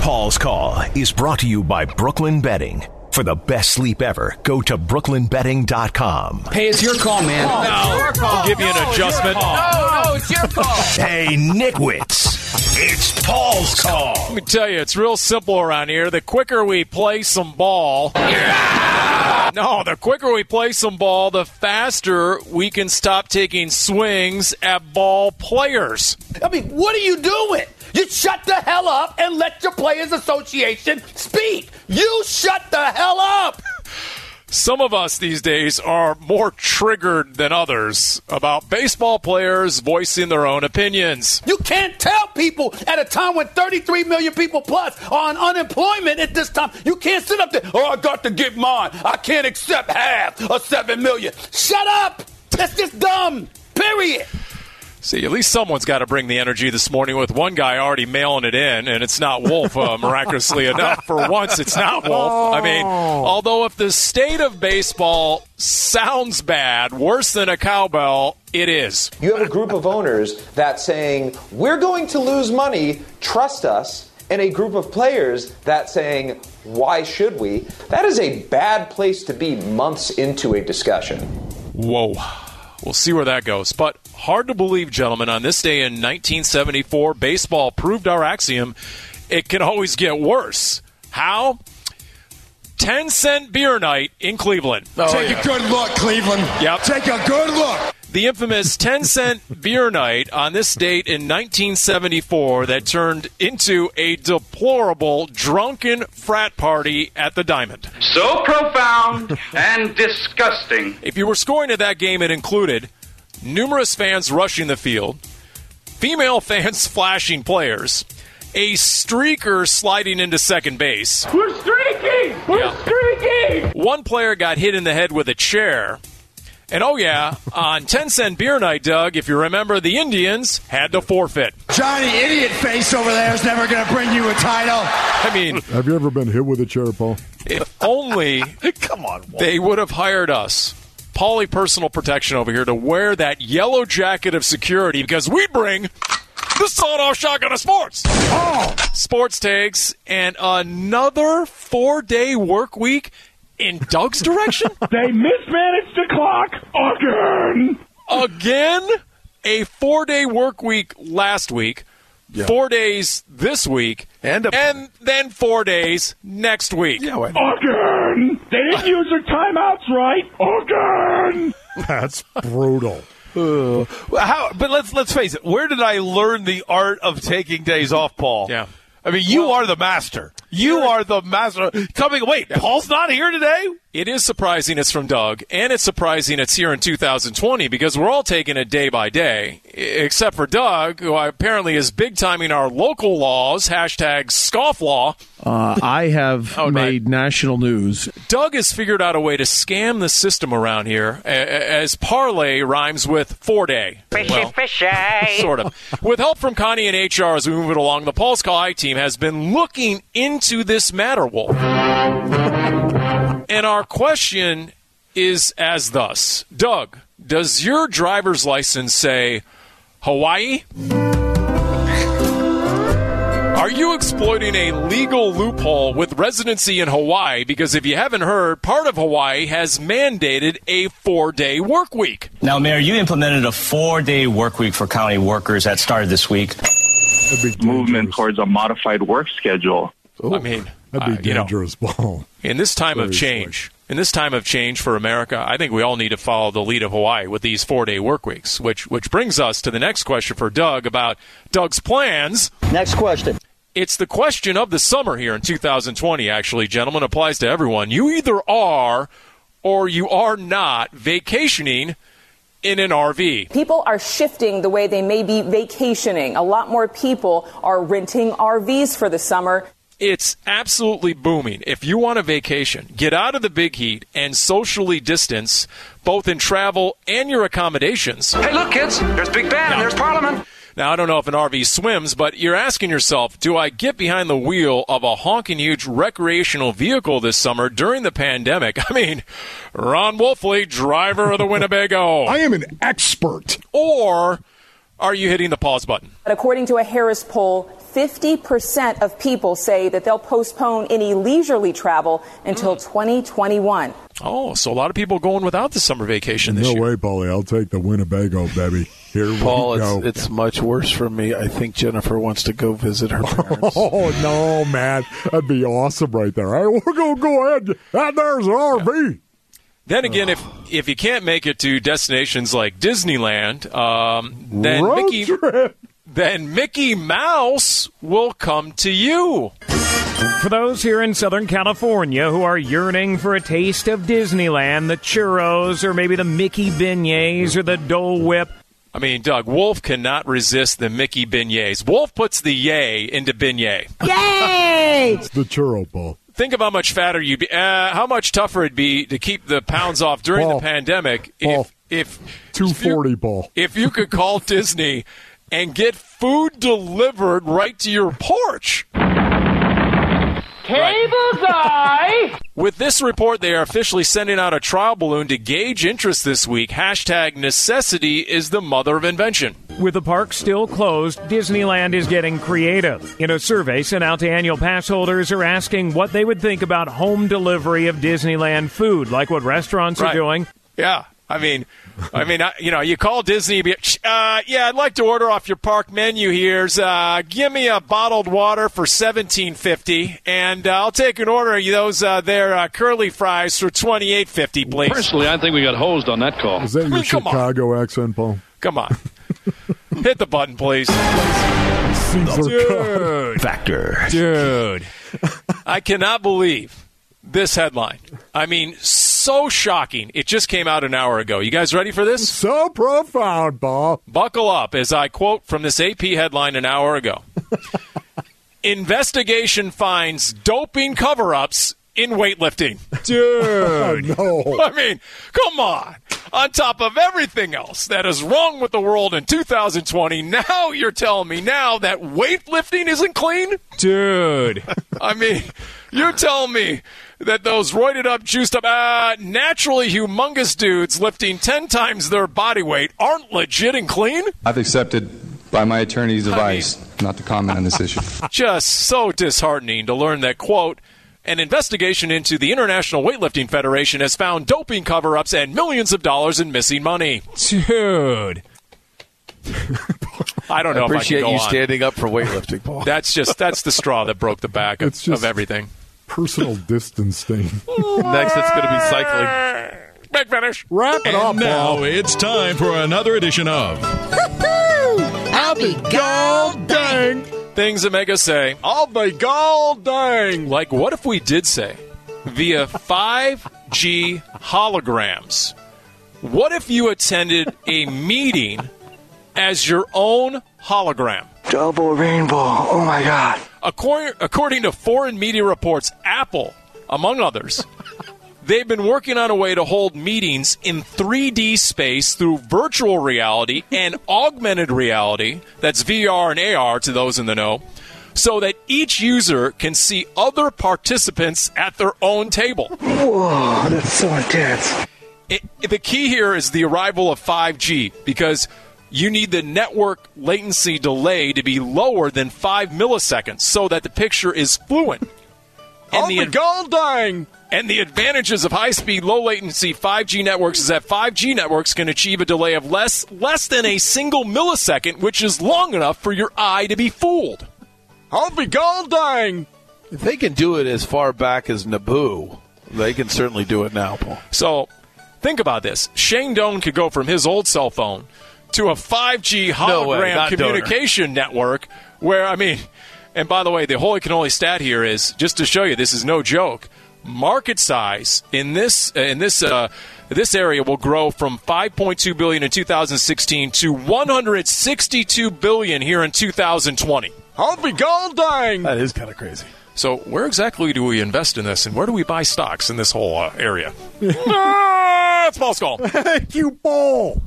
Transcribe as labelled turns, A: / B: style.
A: Paul's Call is brought to you by Brooklyn Betting. For the best sleep ever, go to brooklynbetting.com.
B: Hey, it's your call, man.
C: Oh,
D: No, I'll give you an adjustment.
E: No, no, it's your call.
A: Hey, nitwits, it's Paul's Call.
D: Let me tell you, it's real simple around here. The quicker we play some ball. No, the quicker we play some ball, the faster we can stop taking swings at ball players.
C: I mean, what are you doing? You shut the hell up and let your Players Association speak. You shut the hell up.
D: Some of us these days are more triggered than others about baseball players voicing their own opinions.
C: You can't tell people at a time when 33 million people plus are on unemployment at this time. You can't sit up there, oh, I got to get mine. I can't accept half of 7 million. Shut up. That's just dumb. Period.
D: See, at least someone's got to bring the energy this morning with one guy already mailing it in, and it's not Wolf, uh, miraculously enough. For once, it's not Wolf. I mean, although if the state of baseball sounds bad, worse than a cowbell, it is.
F: You have a group of owners that saying, we're going to lose money, trust us, and a group of players that saying, why should we? That is a bad place to be months into a discussion.
D: Whoa. We'll see where that goes. But hard to believe, gentlemen, on this day in 1974, baseball proved our axiom it can always get worse. How? 10 cent beer night in Cleveland.
G: Take a good look, Cleveland.
D: Yep.
G: Take a good look.
D: The infamous 10 cent beer night on this date in 1974 that turned into a deplorable drunken frat party at the Diamond.
H: so profound and disgusting.
D: If you were scoring at that game, it included numerous fans rushing the field, female fans flashing players, a streaker sliding into second base.
I: We're streaking! We're
D: Yeah.
I: streaking!
D: One player got hit in the head with a chair. And oh, yeah, on 10 cent beer night, Doug, if you remember, the Indians had to forfeit.
G: Johnny Idiot Face over there is never going to bring you a title.
D: I mean,
J: Have you ever been hit with a chair, Paul?
D: if only
C: Come on, Wolf.
D: they would have hired us, Polly Personal Protection over here, to wear that yellow jacket of security because we bring the sawed off shotgun of sports.
I: Oh.
D: Sports takes and another four day work week in Doug's direction?
I: They mismanaged the clock again!
D: Again? A four day work week last week, four days this week,
K: And a-
D: and then four days next week.
I: Again! They didn't use their timeouts right! Again!
J: That's brutal.
K: Well, How, but let's let's face it. Where did I learn the art of taking days off, Paul?
D: Yeah.
K: I mean, you are the master. You are the master. Coming, wait, Paul's not here today.
D: It is surprising it's from Doug, and it's surprising it's here in 2020 because we're all taking it day by day, e- except for Doug, who apparently is big timing our local laws, hashtag scofflaw.
L: Uh, I have
D: Oh, right.
L: made national news.
D: Doug has figured out a way to scam the system around here, a- a- as parlay rhymes with four day. Well, sort of. With help from Connie and HR as we move it along, the Paul's Call I team has been looking into this matter, Wolf. and our question is as thus Doug, does your driver's license say Hawaii? Are you exploiting a legal loophole with residency in Hawaii? Because if you haven't heard, part of Hawaii has mandated a four day work week.
M: Now, Mayor, you implemented a four day work week for county workers that started this week.
J: That'd be
H: Movement
J: dangerous.
H: towards a modified work schedule.
D: I mean,
J: That'd
D: uh,
J: be
D: you know,
J: dangerous, Paul.
D: In this time of
J: Very
D: change, in this time of change for America, I think we all need to follow the lead of Hawaii with these four-day work weeks, which which brings us to the next question for Doug about Doug's plans.
M: Next question.
D: It's the question of the summer here in 2020. Actually, gentlemen, applies to everyone. You either are or you are not vacationing in an RV.
E: People are shifting the way they may be vacationing. A lot more people are renting RVs for the summer.
D: It's absolutely booming. If you want a vacation, get out of the big heat and socially distance both in travel and your accommodations.
H: Hey, look, kids, there's Big Ben and there's Parliament.
D: Now, I don't know if an RV swims, but you're asking yourself, do I get behind the wheel of a honking huge recreational vehicle this summer during the pandemic? I mean, Ron Wolfley, driver of the Winnebago.
J: I am an expert.
D: or are you hitting the pause button?
E: But according to a Harris poll, 50% of people say that they'll postpone any leisurely travel until 2021.
D: Oh, so a lot of people going without the summer vacation this
J: no
D: year.
J: way, Paulie. I'll take the Winnebago, baby. Here
B: Paul,
J: we
B: it's,
J: go.
B: it's much worse for me. I think Jennifer wants to go visit her parents.
J: Oh no, man, that'd be awesome right there. All right, we're gonna go ahead. And there's an RV.
D: Then again, if if you can't make it to destinations like Disneyland, um, then
J: Road
D: Mickey then Mickey Mouse will come to you.
N: For those here in Southern California who are yearning for a taste of Disneyland, the churros, or maybe the Mickey beignets, or the Dole Whip,
D: I mean, Doug Wolf cannot resist the Mickey beignets. Wolf puts the yay into beignet.
J: Yay! it's the churro ball.
D: Think of how much fatter you'd be. Uh, how much tougher it'd be to keep the pounds off during
J: Paul.
D: the pandemic
J: Paul.
D: if if
J: Two forty ball.
D: if you could call Disney and get food delivered right to your porch.
I: Cable's eye.
D: With this report, they are officially sending out a trial balloon to gauge interest this week. Hashtag necessity is the mother of invention.
N: With the park still closed, Disneyland is getting creative. In a survey sent out to annual pass holders, are asking what they would think about home delivery of Disneyland food, like what restaurants
D: Right.
N: are doing.
D: Yeah, I mean, I mean, I, you know, you call Disney. be- Uh, yeah, I'd like to order off your park menu. Here's, uh, give me a bottled water for seventeen fifty, and uh, I'll take an order of those uh, their uh, curly fries for twenty eight fifty, please.
O: Personally, I think we got hosed on that call.
J: Is that your Chicago accent, Paul?
D: Come on, hit the button, please. Dude.
A: Factor.
D: Dude. I cannot believe this headline. I mean, so shocking. It just came out an hour ago. You guys ready for this?
J: So profound, Paul.
D: Buckle up as I quote from this AP headline an hour ago. Investigation finds doping cover ups in weightlifting. Dude.
J: no.
D: I mean, come on. On top of everything else that is wrong with the world in 2020, now you're telling me now that weightlifting isn't clean? Dude. I mean, you're telling me that those roided up, juiced up, uh, naturally humongous dudes lifting 10 times their body weight aren't legit and clean?
P: I've accepted by my attorney's advice not to comment on this issue.
D: Just so disheartening to learn that, quote, an investigation into the International Weightlifting Federation has found doping cover ups and millions of dollars in missing money. Dude. I don't know
B: appreciate
D: if I can go
B: you
D: on.
B: standing up for weightlifting, Paul.
D: That's just that's the straw that broke the back of,
J: It's just-
D: of everything.
J: Personal distancing.
B: Next, it's going to be cycling.
D: Big finish.
J: Wrap
Q: and now it's time for another edition of
D: Happy gold dang. Things that make us say, I'll be gold dang. Like, what if we did say via 5G holograms? What if you attended a meeting as your own hologram?
I: Double rainbow. Oh my god.
D: According, according to foreign media reports, Apple, among others, they've been working on a way to hold meetings in 3D space through virtual reality and augmented reality, that's VR and AR to those in the know, so that each user can see other participants at their own table.
I: Whoa, that's so intense.
D: It, the key here is the arrival of 5G because you need the network latency delay to be lower than 5 milliseconds so that the picture is fluent. And the, gold dang! And the advantages of high-speed, low-latency 5G networks is that 5G networks can achieve a delay of less less than a single millisecond, which is long enough for your eye to be fooled. I'll be gold dang!
B: If they can do it as far back as Naboo, they can certainly do it now, Paul.
D: So think about this. Shane Doan could go from his old cell phone to a 5G
B: No way,
D: hologram
B: not Doner.
D: communication network where, I mean, and by the way, the holy cannoli stat here is just to show you this is no joke. Market size in this in this uh, this area will grow from 5.2 billion in 2016 to 162 billion here in 2020. I'll be gold dang.
B: That is kind of crazy.
D: So, where exactly do we invest in this, and where do we buy stocks in this whole uh, area? it's Paul Skull.
J: Thank you, Paul.